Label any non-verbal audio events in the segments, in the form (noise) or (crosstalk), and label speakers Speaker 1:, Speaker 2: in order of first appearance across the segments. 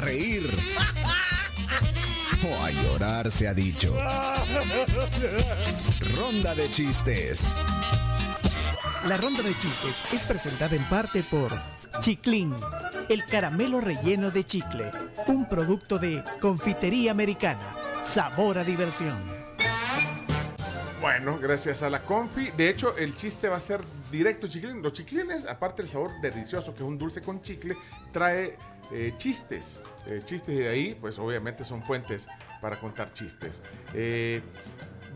Speaker 1: reír (laughs) o a llorar se ha dicho. Ronda de chistes.
Speaker 2: La ronda de chistes es presentada en parte por Chiclín, el caramelo relleno de chicle, un producto de confitería americana. Sabor a diversión.
Speaker 3: Bueno, gracias a la confi. De hecho, el chiste va a ser directo chiclín. Los chiclines, aparte del sabor delicioso, que es un dulce con chicle, trae eh, chistes. Eh, chistes de ahí, pues obviamente son fuentes para contar chistes. Eh,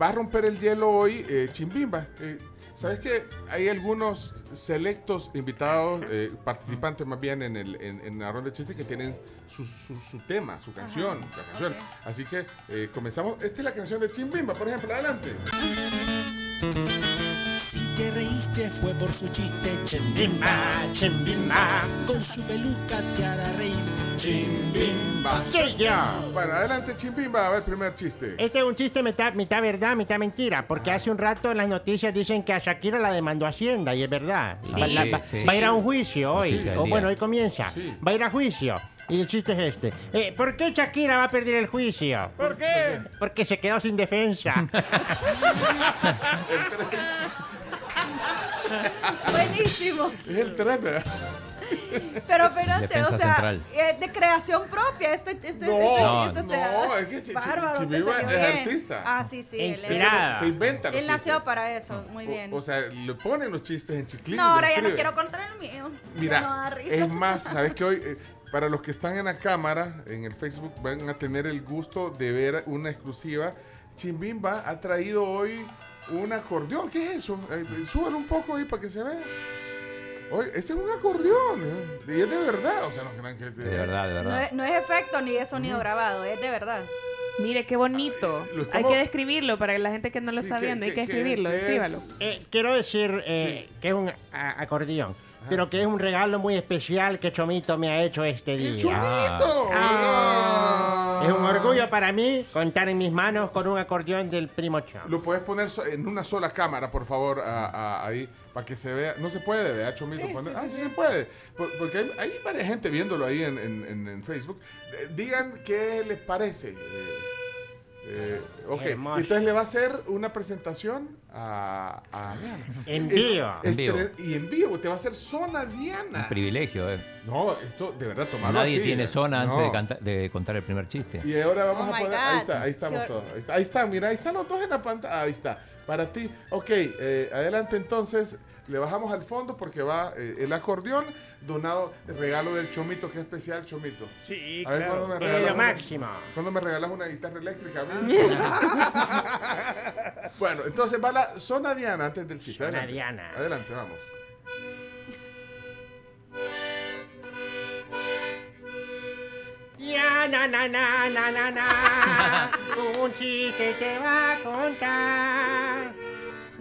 Speaker 3: va a romper el hielo hoy eh, Chimbimba. ¿Sabes que hay algunos selectos invitados, eh, participantes más bien en, el, en, en la ronda de chistes que tienen su, su, su tema, su canción? la canción.
Speaker 4: ok.
Speaker 3: Así que eh, comenzamos. Esta es la canción de Chimbimba, por ejemplo. Adelante.
Speaker 5: Si te reíste fue por su chiste, chimbimba, chimbimba. Con su peluca te hará reír, chimbimba.
Speaker 3: Soy yo. Bueno, adelante Chimbimba, a ver, primer chiste.
Speaker 6: Este es un chiste mitad, mitad verdad, mitad mentira, porque hace un rato en las noticias dicen que a Shakira la demandó Hacienda, y es verdad. va, la- va-
Speaker 7: sí,
Speaker 6: va a ir a
Speaker 7: sí.
Speaker 6: un juicio hoy,
Speaker 7: Sí, sí,
Speaker 6: o
Speaker 7: sí.
Speaker 6: bueno, hoy comienza.
Speaker 3: Sí.
Speaker 6: Va a ir a juicio, y el chiste es este. Eh, ¿Por qué Shakira va a perder el juicio? ¿Por qué? Porque se quedó sin
Speaker 7: (laughs)
Speaker 6: defensa.
Speaker 4: Buenísimo.
Speaker 3: Es el 3, ¿verdad?
Speaker 4: Pero espérate,
Speaker 7: Defensa
Speaker 4: o sea,
Speaker 7: central.
Speaker 4: es de creación propia. Este, este, este
Speaker 3: No,
Speaker 4: chiste
Speaker 3: no,
Speaker 4: se da.
Speaker 3: es que Chi- Chi-
Speaker 4: Bárbaro, te
Speaker 3: Chiviva
Speaker 4: salió
Speaker 3: es
Speaker 4: bien.
Speaker 3: artista.
Speaker 4: Ah, sí, sí. él es-
Speaker 6: Inspirada.
Speaker 3: Se inventan los
Speaker 4: Él nació
Speaker 3: chistes.
Speaker 4: para eso, muy bien.
Speaker 3: O, o sea, le ponen los chistes en chiclín.
Speaker 4: no,
Speaker 3: lo
Speaker 4: ahora ya no
Speaker 3: escriben.
Speaker 4: quiero contar el mío.
Speaker 3: Mira,
Speaker 4: no da risa.
Speaker 3: es más, sabes que hoy, eh, para los que están en la cámara, en el Facebook, van a tener el gusto de ver una exclusiva. Chimbimba ha traído hoy un acordeón. ¿Qué es eso? Eh, eh, súbelo un poco ahí para que se vea. Oye, ese es un acordeón. eh, Y es de verdad. O sea, no crean que es
Speaker 7: De verdad, de
Speaker 4: No
Speaker 7: verdad.
Speaker 4: es, no es efecto ni es sonido grabado, es de verdad.
Speaker 8: Mire, qué bonito.
Speaker 3: Lo estamos-
Speaker 8: Hay que describirlo para la gente que no lo
Speaker 3: Sí,
Speaker 8: está
Speaker 3: ¿qué-
Speaker 8: viendo. Hay
Speaker 3: qué-
Speaker 8: que este
Speaker 3: qué es?
Speaker 8: escribirlo,
Speaker 3: ¿Qué es?
Speaker 8: escríbalo.
Speaker 6: Eh, quiero decir eh, que es un a- acordeón,
Speaker 7: Ah.
Speaker 6: pero que es un regalo muy especial que Chomito me ha hecho este
Speaker 3: ¡El
Speaker 6: día.
Speaker 3: chumito!
Speaker 6: Ah.
Speaker 3: Ah.
Speaker 6: Es un orgullo para mí contar en mis manos con un acordeón del primo Chom.
Speaker 3: Lo puedes poner so- en una sola cámara, por favor, a- a- ahí, para que se vea. No se puede, ¿verdad, Chomito? Poner- ah, sí, se puede. Por- porque hay, hay varias gente viéndolo ahí en, en- en- en Facebook. Eh, Digan qué les parece. Eh, eh, ok,
Speaker 6: Hermoso.
Speaker 3: entonces le va a hacer una presentación a, a Diana.
Speaker 6: En
Speaker 3: Es-
Speaker 6: vivo.
Speaker 3: es-
Speaker 7: En vivo.
Speaker 3: Y en vivo, te va a hacer zona Diana.
Speaker 7: Un privilegio, eh.
Speaker 3: No, esto de verdad, tomarlo
Speaker 7: Nadie
Speaker 3: así, eh.
Speaker 7: tiene zona antes
Speaker 3: No.
Speaker 7: de, canta- de contar el primer chiste.
Speaker 3: Y ahora vamos
Speaker 4: Oh
Speaker 3: a
Speaker 4: my
Speaker 3: poner. Ahí
Speaker 4: God.
Speaker 3: está, ahí estamos
Speaker 4: Qué
Speaker 3: todos. Ahí está, ahí está, mira, ahí están los dos en la pantalla. Ahí está. Para ti. Ok, eh, adelante entonces. Le bajamos al fondo porque va eh, el acordeón donado, el regalo del Chomito, que es especial, Chomito.
Speaker 6: Sí,
Speaker 3: A ver, claro. ¿cuándo me
Speaker 6: Es
Speaker 3: regalas
Speaker 6: lo
Speaker 3: una?
Speaker 6: máximo.
Speaker 3: ¿Cuándo me regalas una guitarra eléctrica? a mí?
Speaker 6: (laughs)
Speaker 3: bueno, entonces va la zona Diana antes del chiste.
Speaker 6: Zona
Speaker 3: adelante.
Speaker 6: Diana.
Speaker 3: Adelante,
Speaker 6: (laughs)
Speaker 3: vamos.
Speaker 6: Ya, na, na, na, na, na, na. Un chiste te va a contar.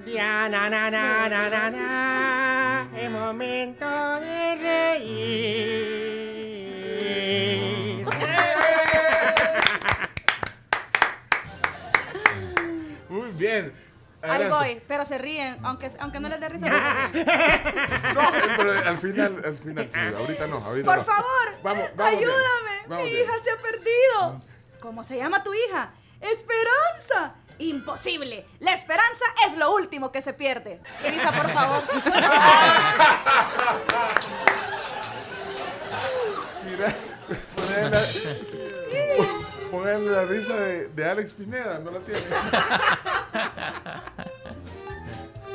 Speaker 6: Ya, na, na, na, na, na, na. Es momento de reír.
Speaker 3: Muy bien.
Speaker 4: Ahí
Speaker 3: Adelante.
Speaker 4: voy, pero se ríen, aunque, aunque no les dé risa.
Speaker 3: (laughs)
Speaker 4: pero se ríen.
Speaker 3: No, pero al final, al final, sí, ahorita no, ahorita
Speaker 4: Por
Speaker 3: no.
Speaker 4: favor,
Speaker 3: Vamos, vamos bien,
Speaker 4: ayúdame.
Speaker 3: vamos
Speaker 4: Mi
Speaker 3: bien. Mm.
Speaker 4: hija se ha perdido. ¿Cómo se llama tu hija? Esperanza. Imposible. La esperanza es lo último que se pierde. Risa, por
Speaker 3: (laughs)
Speaker 4: favor.
Speaker 3: Mira, ponerle la,
Speaker 4: (laughs)
Speaker 3: ponerle la risa de, de Alex Pineda, no la tiene. (laughs)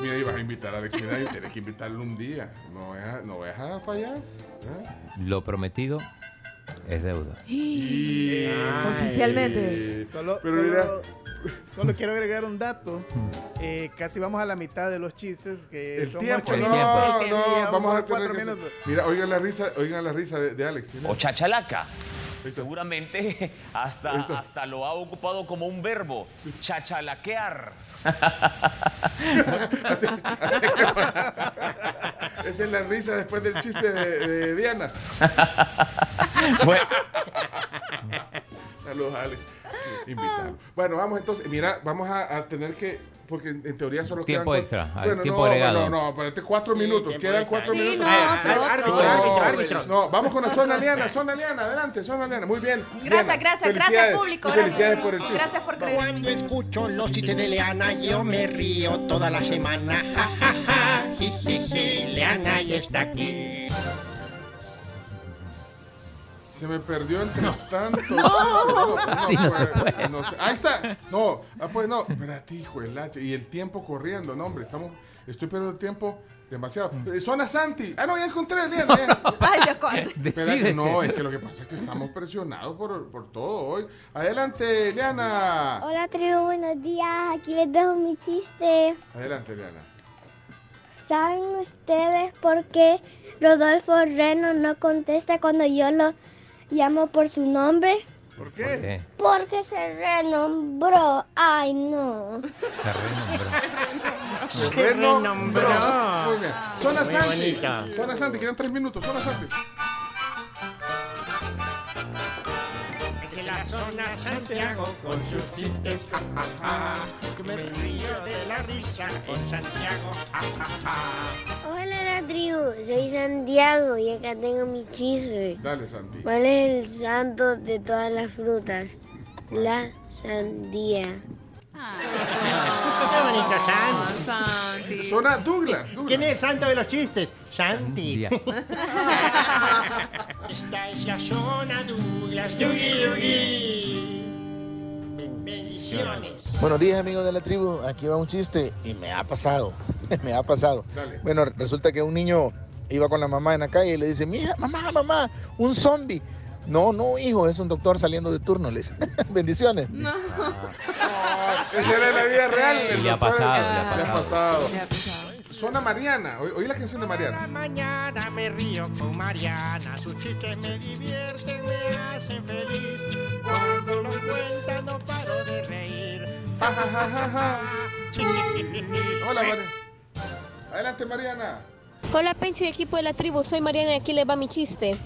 Speaker 3: Mira, ibas a invitar a Alex Pineda y tienes que invitarlo un día. No vas a, no vayas a fallar. ¿eh?
Speaker 7: Lo prometido es deuda.
Speaker 3: Y-
Speaker 8: Oficialmente.
Speaker 2: Solo,
Speaker 3: Pero
Speaker 2: solo-
Speaker 3: mira,
Speaker 2: solo quiero agregar un dato. Eh, casi vamos a la mitad de los chistes que
Speaker 3: el
Speaker 2: son
Speaker 3: tiempo.
Speaker 2: ocho
Speaker 3: No,
Speaker 2: minutos.
Speaker 3: no,
Speaker 2: Sí, llevamos
Speaker 3: vamos a tener
Speaker 2: cuatro
Speaker 3: que
Speaker 2: minutos.
Speaker 3: Mira, oigan la risa, oigan la risa de, de Alex. Pineda.
Speaker 9: O chachalaca.
Speaker 3: Ahí está.
Speaker 9: Seguramente hasta,
Speaker 3: está.
Speaker 9: hasta lo ha ocupado como un verbo.
Speaker 7: (laughs)
Speaker 9: Chachalaquear.
Speaker 3: Así- así que bueno. Esa es la risa después del chiste de, de Diana.
Speaker 9: Bueno,
Speaker 3: eh, Saludos, Alex. Invítalo. Bueno, vamos entonces. Mira, vamos a, a tener que porque en en teoría solo
Speaker 7: Tiempo
Speaker 3: quedan.
Speaker 7: extra,
Speaker 3: cua-
Speaker 7: ah,
Speaker 3: Bueno,
Speaker 7: tiempo
Speaker 3: no, No,
Speaker 7: agregado.
Speaker 3: no, espérate, cuatro minutos.
Speaker 6: tiempo
Speaker 3: Quedan
Speaker 6: extra.
Speaker 3: cuatro
Speaker 4: Sí,
Speaker 3: minutos.
Speaker 4: no,
Speaker 3: más.
Speaker 4: otro,
Speaker 6: Árbitro,
Speaker 4: otro.
Speaker 6: árbitro, árbitro.
Speaker 3: No, vamos con la zona liana, zona liana, adelante, zona liana, muy bien. Liana,
Speaker 4: Gracias, gracias, gracias
Speaker 3: felicidades,
Speaker 4: público.
Speaker 3: y
Speaker 4: Gracias,
Speaker 3: Felicidades por el chiste.
Speaker 4: gracias por creer en mí.
Speaker 5: Cuando escucho los chistes de Leana, yo me río toda la semana. Ja, ja, ja. Ji, ji, ji. Leana ya está aquí.
Speaker 3: Se me perdió entre tanto. (laughs) No,
Speaker 7: Así no se
Speaker 3: pues, no sé. Ahí está. No, ah, pues no. Espérate, hijo del hacha. Y el tiempo corriendo, no, hombre, estamos. Estoy perdiendo el tiempo demasiado. Eh, Zona Santi. Ah, no, ya encontré, Liana. ya. (laughs)
Speaker 4: Ay, Dios,
Speaker 7: (laughs)
Speaker 4: cuánto.
Speaker 7: Decídete.
Speaker 3: Espérate, no, es que lo que pasa es que estamos presionados por, por todo hoy. Adelante, Liana.
Speaker 10: Hola tribu, buenos días. Aquí les dejo mi chiste.
Speaker 3: Adelante, Liana.
Speaker 10: ¿Saben ustedes por qué Rodolfo Reno no contesta cuando yo lo llamo por su nombre?
Speaker 3: ¿Por
Speaker 7: ¿Por
Speaker 3: qué?
Speaker 7: qué?
Speaker 10: Porque se renombró. Ay, no.
Speaker 3: (laughs) Se
Speaker 7: Se renombró.
Speaker 6: renombró.
Speaker 3: renombró. Muy bien. Zona
Speaker 6: Muy
Speaker 3: Santi.
Speaker 6: bonito.
Speaker 3: Zona Santi, quedan tres minutos. Zona Santi.
Speaker 6: De la zona Santiago con sus chistes, ja, ja, ja. Que me río de la risa con Santiago, ja, ja, ja.
Speaker 10: Hola la tribu, soy Santiago y acá tengo mi chiste.
Speaker 3: Dale, Santi.
Speaker 10: ¿Cuál es el santo de todas las frutas? La sandía.
Speaker 6: Qué bonito, Santi.
Speaker 4: (laughs)
Speaker 8: Santi.
Speaker 3: Zona Douglas. Douglas.
Speaker 6: ¿Quién es el santo de los chistes? Santi.
Speaker 7: Día.
Speaker 6: Esta es la zona Douglas. Yugi, yugi. Ben- Bendiciones.
Speaker 11: Buenos días amigos de la tribu, aquí va un chiste y me ha pasado, (laughs) me ha pasado.
Speaker 3: Dale.
Speaker 11: Bueno, resulta que un niño iba con la mamá en la calle y le dice, mija, mamá, mamá, un zombie. No, no, hijo, es un doctor saliendo de turno, le dice. (laughs) Bendiciones.
Speaker 3: Esa era la vida real.
Speaker 7: Y
Speaker 3: el
Speaker 7: le ha
Speaker 3: doctor es-
Speaker 7: pasado, le ha
Speaker 3: Le ha
Speaker 7: pasado.
Speaker 3: pasado.
Speaker 8: Ya, pues, ya.
Speaker 3: Zona Mariana. Oí, oí la canción de
Speaker 6: Cada
Speaker 3: Mariana.
Speaker 6: mañana me río con Mariana. Sus chistes me divierten, me hacen feliz. Cuando los cuenta no paro de (laughs) reír.
Speaker 3: Ja, ja, ja, ja, ja. Hola,
Speaker 6: Hola,
Speaker 3: Mariana. Adelante, Mariana.
Speaker 10: Hola Pencho y equipo de la tribu, soy Mariana y aquí les va mi chiste.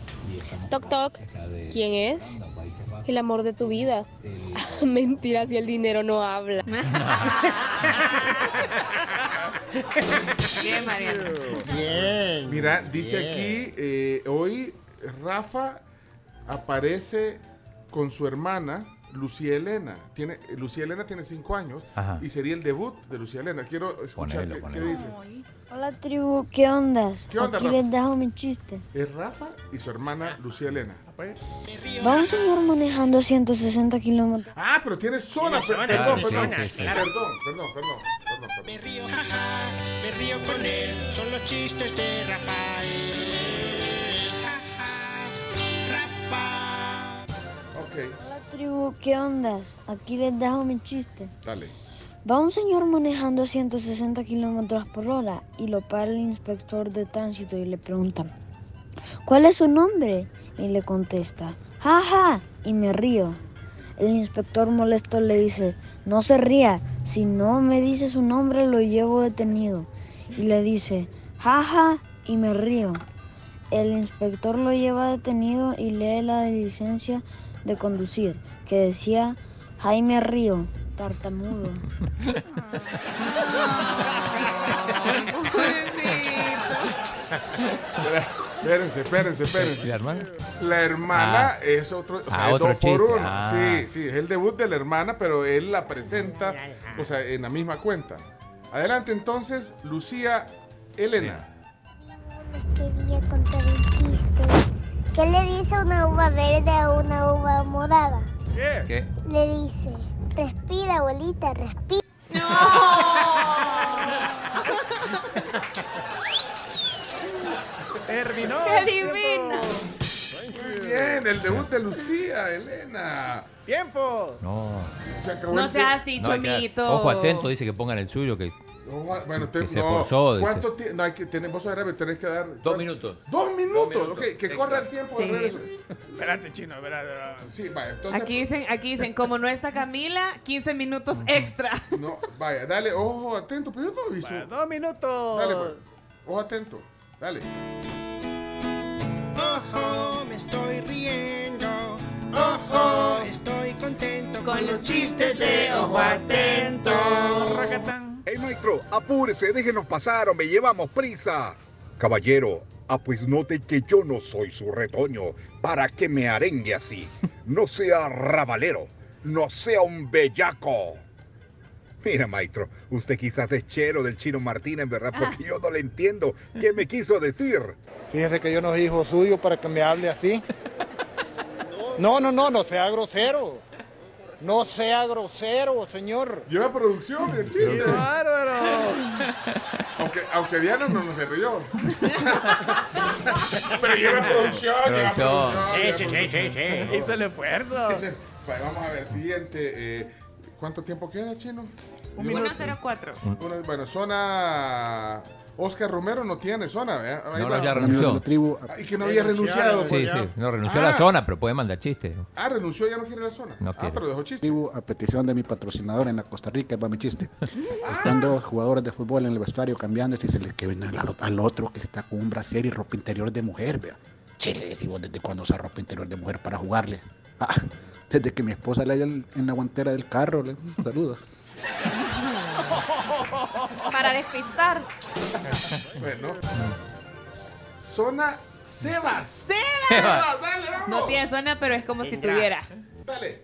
Speaker 10: Toc toc, ¿quién es? El amor de tu vida. (laughs) Mentiras y el dinero no habla.
Speaker 8: (laughs) Bien, Mariana.
Speaker 6: Bien.
Speaker 3: Mira, dice
Speaker 6: Bien.
Speaker 3: aquí, eh, hoy Rafa aparece con su hermana Lucía Elena. Tiene, Lucía Elena tiene cinco años
Speaker 7: Ajá.
Speaker 3: y sería el debut de Lucía Elena. Quiero escuchar
Speaker 7: Ponelo,
Speaker 3: qué- qué,
Speaker 7: ponelo.
Speaker 3: dice.
Speaker 10: Hola tribu, ¿qué ondas?
Speaker 3: ¿Qué onda,
Speaker 10: aquí
Speaker 3: Rafa?
Speaker 10: les dejo mi chiste.
Speaker 3: Es Rafa y su hermana Lucía Elena.
Speaker 10: Va un señor manejando 160 kilómetros.
Speaker 3: Ah, pero tiene zona.
Speaker 6: Tiene
Speaker 3: per-
Speaker 6: zona,
Speaker 3: Perdón,
Speaker 7: tiene
Speaker 3: perdón,
Speaker 7: zona, sí, sí.
Speaker 3: perdón, perdón, perdón, perdón, perdón.
Speaker 5: Me río, jaja, me río con él. Son los chistes de Rafael. Rafa.
Speaker 3: Ok,
Speaker 10: Hola tribu, ¿qué ondas? Aquí les dejo mi chiste.
Speaker 3: dale.
Speaker 10: Va un señor manejando 160 kilómetros por hora y lo para el inspector de tránsito y le pregunta, ¿cuál es su nombre? Y le contesta, jaja, y me río. El inspector molesto le dice, no se ría, si no me dice su nombre lo llevo detenido. Y le dice, jaja, y me río. El inspector lo lleva detenido y lee la licencia de conducir, que decía Jaime Río, tartamudo.
Speaker 3: Espérense, espérense,
Speaker 7: ¿Y la
Speaker 3: espérense.
Speaker 7: hermana?
Speaker 3: La hermana es otro, o sea,
Speaker 7: Ah,
Speaker 3: es
Speaker 7: otro
Speaker 3: dos por
Speaker 7: chiste,
Speaker 3: uno.
Speaker 7: ah.
Speaker 3: Sí, sí, es el debut de la hermana, pero él la presenta, o sea, en la misma cuenta. Adelante entonces, Lucía Elena.
Speaker 10: Quería contar un chiste. ¿Qué le dice una uva verde a una uva morada?
Speaker 7: ¿Qué?
Speaker 10: Le dice, respira, abuelita, respira.
Speaker 5: Terminó.
Speaker 4: ¡Qué divina!
Speaker 3: Muy bien, el debut de Lucía Elena.
Speaker 5: Tiempo.
Speaker 7: No.
Speaker 3: Se acabó
Speaker 8: No
Speaker 3: el tiempo.
Speaker 8: seas así,
Speaker 7: No, hay que dar-
Speaker 8: chomito.
Speaker 7: Ojo atento, dice que pongan el suyo. Que...
Speaker 3: No, bueno,
Speaker 7: Que
Speaker 3: te-
Speaker 7: se
Speaker 3: no.
Speaker 7: forzó, dice.
Speaker 3: ¿Cuánto tiempo? No, hay que, tenés, vos Arabia, tenés que dar. ¿cuánto?
Speaker 7: Dos minutos.
Speaker 3: Dos minutos,
Speaker 7: minutos,
Speaker 3: ok, que
Speaker 7: exacto.
Speaker 3: corra el tiempo de
Speaker 8: Sí.
Speaker 3: regreso.
Speaker 5: Espérate, chino, espérate.
Speaker 3: Sí, vaya, entonces.
Speaker 8: Aquí dicen, aquí dicen, como no está Camila, 15 minutos extra.
Speaker 3: No, vaya, dale, ojo atento, pero yo no aviso.
Speaker 5: Dos minutos.
Speaker 3: Dale, pues. Ojo atento. Dale.
Speaker 5: Ojo, me estoy riendo.
Speaker 12: pues.
Speaker 5: Ojo, estoy contento
Speaker 8: Con los chistes de ojo
Speaker 5: atento.
Speaker 13: Maestro, apúrese, déjenos pasar o me llevamos prisa. Caballero, ah, pues note que yo no soy su retoño. ¿Para que me arengue así? No sea rabalero, no sea un bellaco. Mira, maestro, usted quizás es chero del chino Martínez, ¿verdad? Porque yo no le entiendo. ¿Qué me quiso decir?
Speaker 12: Fíjese que yo no soy hijo suyo para que me
Speaker 5: (laughs)
Speaker 12: hable así. No, no, no, no sea grosero. No sea grosero, señor.
Speaker 3: Lleva producción el chiste.
Speaker 12: ¡Qué bárbaro!
Speaker 3: Aunque, aunque Diana no nos se
Speaker 6: (laughs)
Speaker 3: rió. Pero lleva producción, lleva
Speaker 6: Producción.
Speaker 3: producción.
Speaker 6: Sí,
Speaker 3: lleva
Speaker 6: sí,
Speaker 3: producción.
Speaker 6: sí, sí, sí. Hizo el esfuerzo.
Speaker 3: Dice, pa- vamos a ver, siguiente. eh, ¿Cuánto tiempo queda, Chino?
Speaker 8: Un minuto. 104.
Speaker 3: Uno- Bueno, zona... Oscar Romero no tiene zona, ¿verdad? Ahí
Speaker 7: No,
Speaker 3: va.
Speaker 7: no, ya renunció.
Speaker 3: Ah, Y que no había renunciado.
Speaker 7: Sí,
Speaker 3: pues,
Speaker 7: sí,
Speaker 3: ya.
Speaker 7: no renunció a
Speaker 3: Ah,
Speaker 7: la zona, pero puede mandar chiste.
Speaker 3: Ah, renunció, ya no quiere la zona.
Speaker 7: No
Speaker 3: ah,
Speaker 7: quiere.
Speaker 3: pero dejó chiste.
Speaker 14: Tribu, a petición de mi patrocinador en la Costa Rica, va mi chiste. Están dos jugadores de fútbol en el vestuario cambiando y se les que ven al, al otro que está con un brasier y ropa interior de mujer, vea. Che, le decimos desde cuándo usa ropa interior de mujer para jugarle. Ah, desde que mi esposa le haya en en la guantera del carro, le saludos.
Speaker 4: Para despistar.
Speaker 3: Bueno. Zona Sebas.
Speaker 8: Sebas.
Speaker 3: Sebas, dale, vamos.
Speaker 8: No tiene zona, pero es como si tuviera.
Speaker 3: Dale.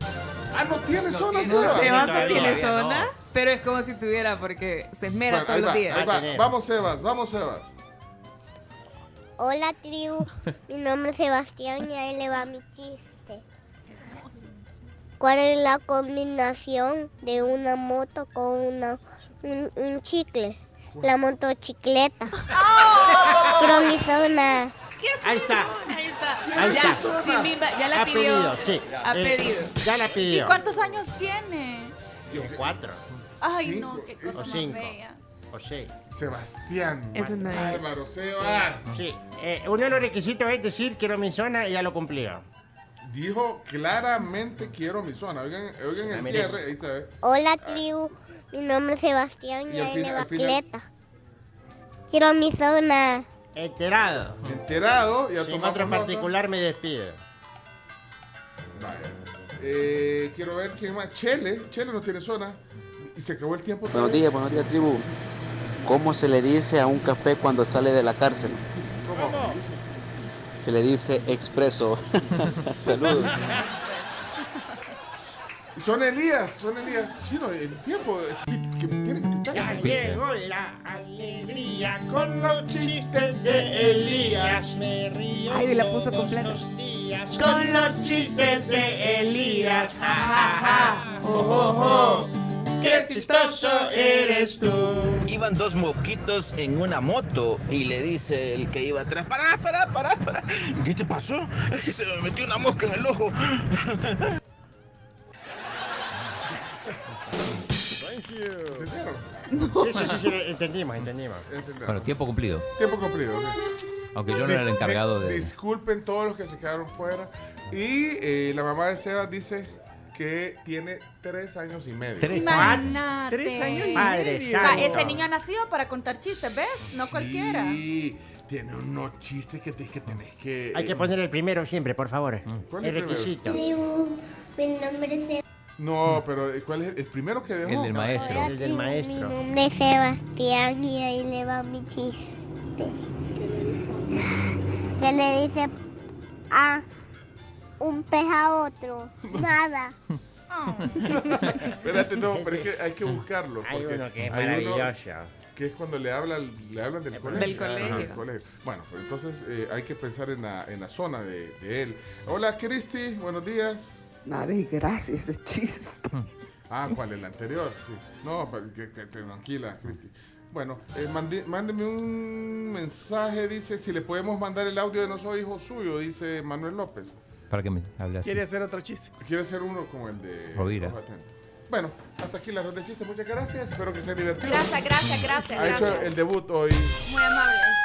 Speaker 3: Ah, no tiene zona, Sebas.
Speaker 8: Sebas no
Speaker 3: Todavía
Speaker 8: tiene
Speaker 3: no.
Speaker 8: zona, pero es como si tuviera porque se esmera
Speaker 3: Bueno,
Speaker 8: todos
Speaker 3: ahí
Speaker 8: los
Speaker 3: va,
Speaker 8: días.
Speaker 3: ahí va. Vamos, Sebas, vamos, Sebas.
Speaker 10: Hola tribu,
Speaker 3: (laughs)
Speaker 10: mi nombre es Sebastián y ahí le va mi chiste. ¿Cuál es la combinación de una moto con una, un, un chicle?
Speaker 3: (laughs)
Speaker 10: La motocicleta. Pero mi zona.
Speaker 6: Ahí está. Ahí
Speaker 4: Ya,
Speaker 6: está.
Speaker 4: Chimimba, ya la
Speaker 6: ha
Speaker 4: pidió.
Speaker 6: pedido, sí.
Speaker 4: Ha
Speaker 6: Eh,
Speaker 4: pedido.
Speaker 6: Ya la
Speaker 4: ¿Y
Speaker 6: pidió.
Speaker 4: cuántos años tiene?
Speaker 6: Cuatro.
Speaker 4: Ay,
Speaker 6: Cinco,
Speaker 4: no, qué cosa
Speaker 6: o
Speaker 4: más
Speaker 6: cinco.
Speaker 4: bella.
Speaker 6: O seis.
Speaker 3: Sebastián.
Speaker 6: Es
Speaker 3: man,
Speaker 6: una
Speaker 3: Bárbaro, Sebas.
Speaker 6: Sí. Eh, uno de los requisitos es decir quiero mi zona y ya lo cumplió.
Speaker 3: Dijo claramente quiero mi zona. Oigan, oigan
Speaker 6: Ah,
Speaker 3: el
Speaker 6: mire.
Speaker 3: cierre. Ahí está. eh.
Speaker 10: Hola tribu, mi nombre es Sebastián y,
Speaker 3: Y al
Speaker 10: ahí
Speaker 3: fin-
Speaker 10: le
Speaker 3: al
Speaker 10: va
Speaker 3: final-
Speaker 10: Cleta. Quiero mi zona.
Speaker 6: Enterado.
Speaker 3: Enterado y a
Speaker 6: Sin
Speaker 3: tomar
Speaker 6: otro
Speaker 3: nota.
Speaker 6: particular me despido.
Speaker 3: Vaya. Eh, quiero ver quién más. Chele. Chele no tiene zona. Y se acabó el tiempo.
Speaker 15: Buenos días, buenos días, tribu. ¿Cómo se le dice a un café cuando sale de la cárcel?
Speaker 3: ¿Cómo?
Speaker 15: Se le dice expreso. Saludos.
Speaker 3: Son Elías, son Elías. Chino, el tiempo eh, que tiene que pintar.
Speaker 6: Ya llegó la alegría con los chistes de Elías. Me río
Speaker 8: Ay, la puso
Speaker 6: todos
Speaker 8: completa.
Speaker 6: los días con los chistes de Elías. Ja, ja, ja. Oh, oh, oh. Qué chistoso eres tú.
Speaker 2: Iban dos mosquitos en una moto y le dice el que iba atrás, pará, pará, pará, pará. ¿Qué te pasó? (laughs) Es que se me metió una mosca en el ojo.
Speaker 6: Thank you. Sí, sí, sí, sí, entendimos, entendimos.
Speaker 7: Bueno, tiempo cumplido.
Speaker 3: Tiempo cumplido. ok.
Speaker 7: Aunque yo no era el
Speaker 3: Dis-
Speaker 7: encargado
Speaker 3: dis-
Speaker 7: de.
Speaker 3: Disculpen todos los que se quedaron fuera. Y eh, la mamá de Sebas dice que tiene tres años y medio.
Speaker 4: Imagínate.
Speaker 6: Tres años y Padre medio.
Speaker 4: Va,
Speaker 6: santo.
Speaker 4: ese niño ha nacido para contar chistes, ¿ves? No cualquiera.
Speaker 3: Sí, tiene unos chistes que, te- que tenés que. eh,
Speaker 6: Hay que poner el primero siempre, por favor.
Speaker 3: ¿Cuál
Speaker 6: el
Speaker 3: es Mm. el primero?
Speaker 6: requisito.
Speaker 10: Tribu, mi nombre es Sebastián.
Speaker 3: No, pero eh, ¿cuál es el- el primero que dejó?
Speaker 7: El del maestro.
Speaker 6: El del maestro.
Speaker 10: Mi nombre es Sebastián y ahí le va mi chiste. ¿Qué le dice a un pez a otro? Nada.
Speaker 3: Espérate,
Speaker 6: (laughs)
Speaker 3: no, pero es que hay que buscarlo.
Speaker 6: Hay
Speaker 3: porque
Speaker 6: uno que es
Speaker 3: hay uno
Speaker 6: maravilloso.
Speaker 3: que es cuando le hablan, le hablan del colegio.
Speaker 6: colegio.
Speaker 3: Ajá, del colegio. Bueno, pues entonces eh, hay que pensar en la, en la zona de, de él. Hola, Cristi, buenos días.
Speaker 16: Nadie, gracias, ese chiste.
Speaker 3: Ah, ¿cuál? El anterior, sí. No, pero que- que- que tranquila, Cristi. Bueno, eh, mande- mándeme un mensaje, dice, si le podemos mandar el audio de No Soy Hijo Suyo, dice Manuel López.
Speaker 7: Para que me hable así.
Speaker 3: hacer otro chiste? Quiere hacer uno como el de...
Speaker 7: Rovira.
Speaker 3: Ojo Atento. Bueno, hasta aquí la ronda de chistes. Muchas gracias. Espero que sea divertido.
Speaker 4: Gracias, gracias, gracias,
Speaker 3: Ha hecho
Speaker 4: gracias.
Speaker 3: el debut hoy.
Speaker 4: Muy amable.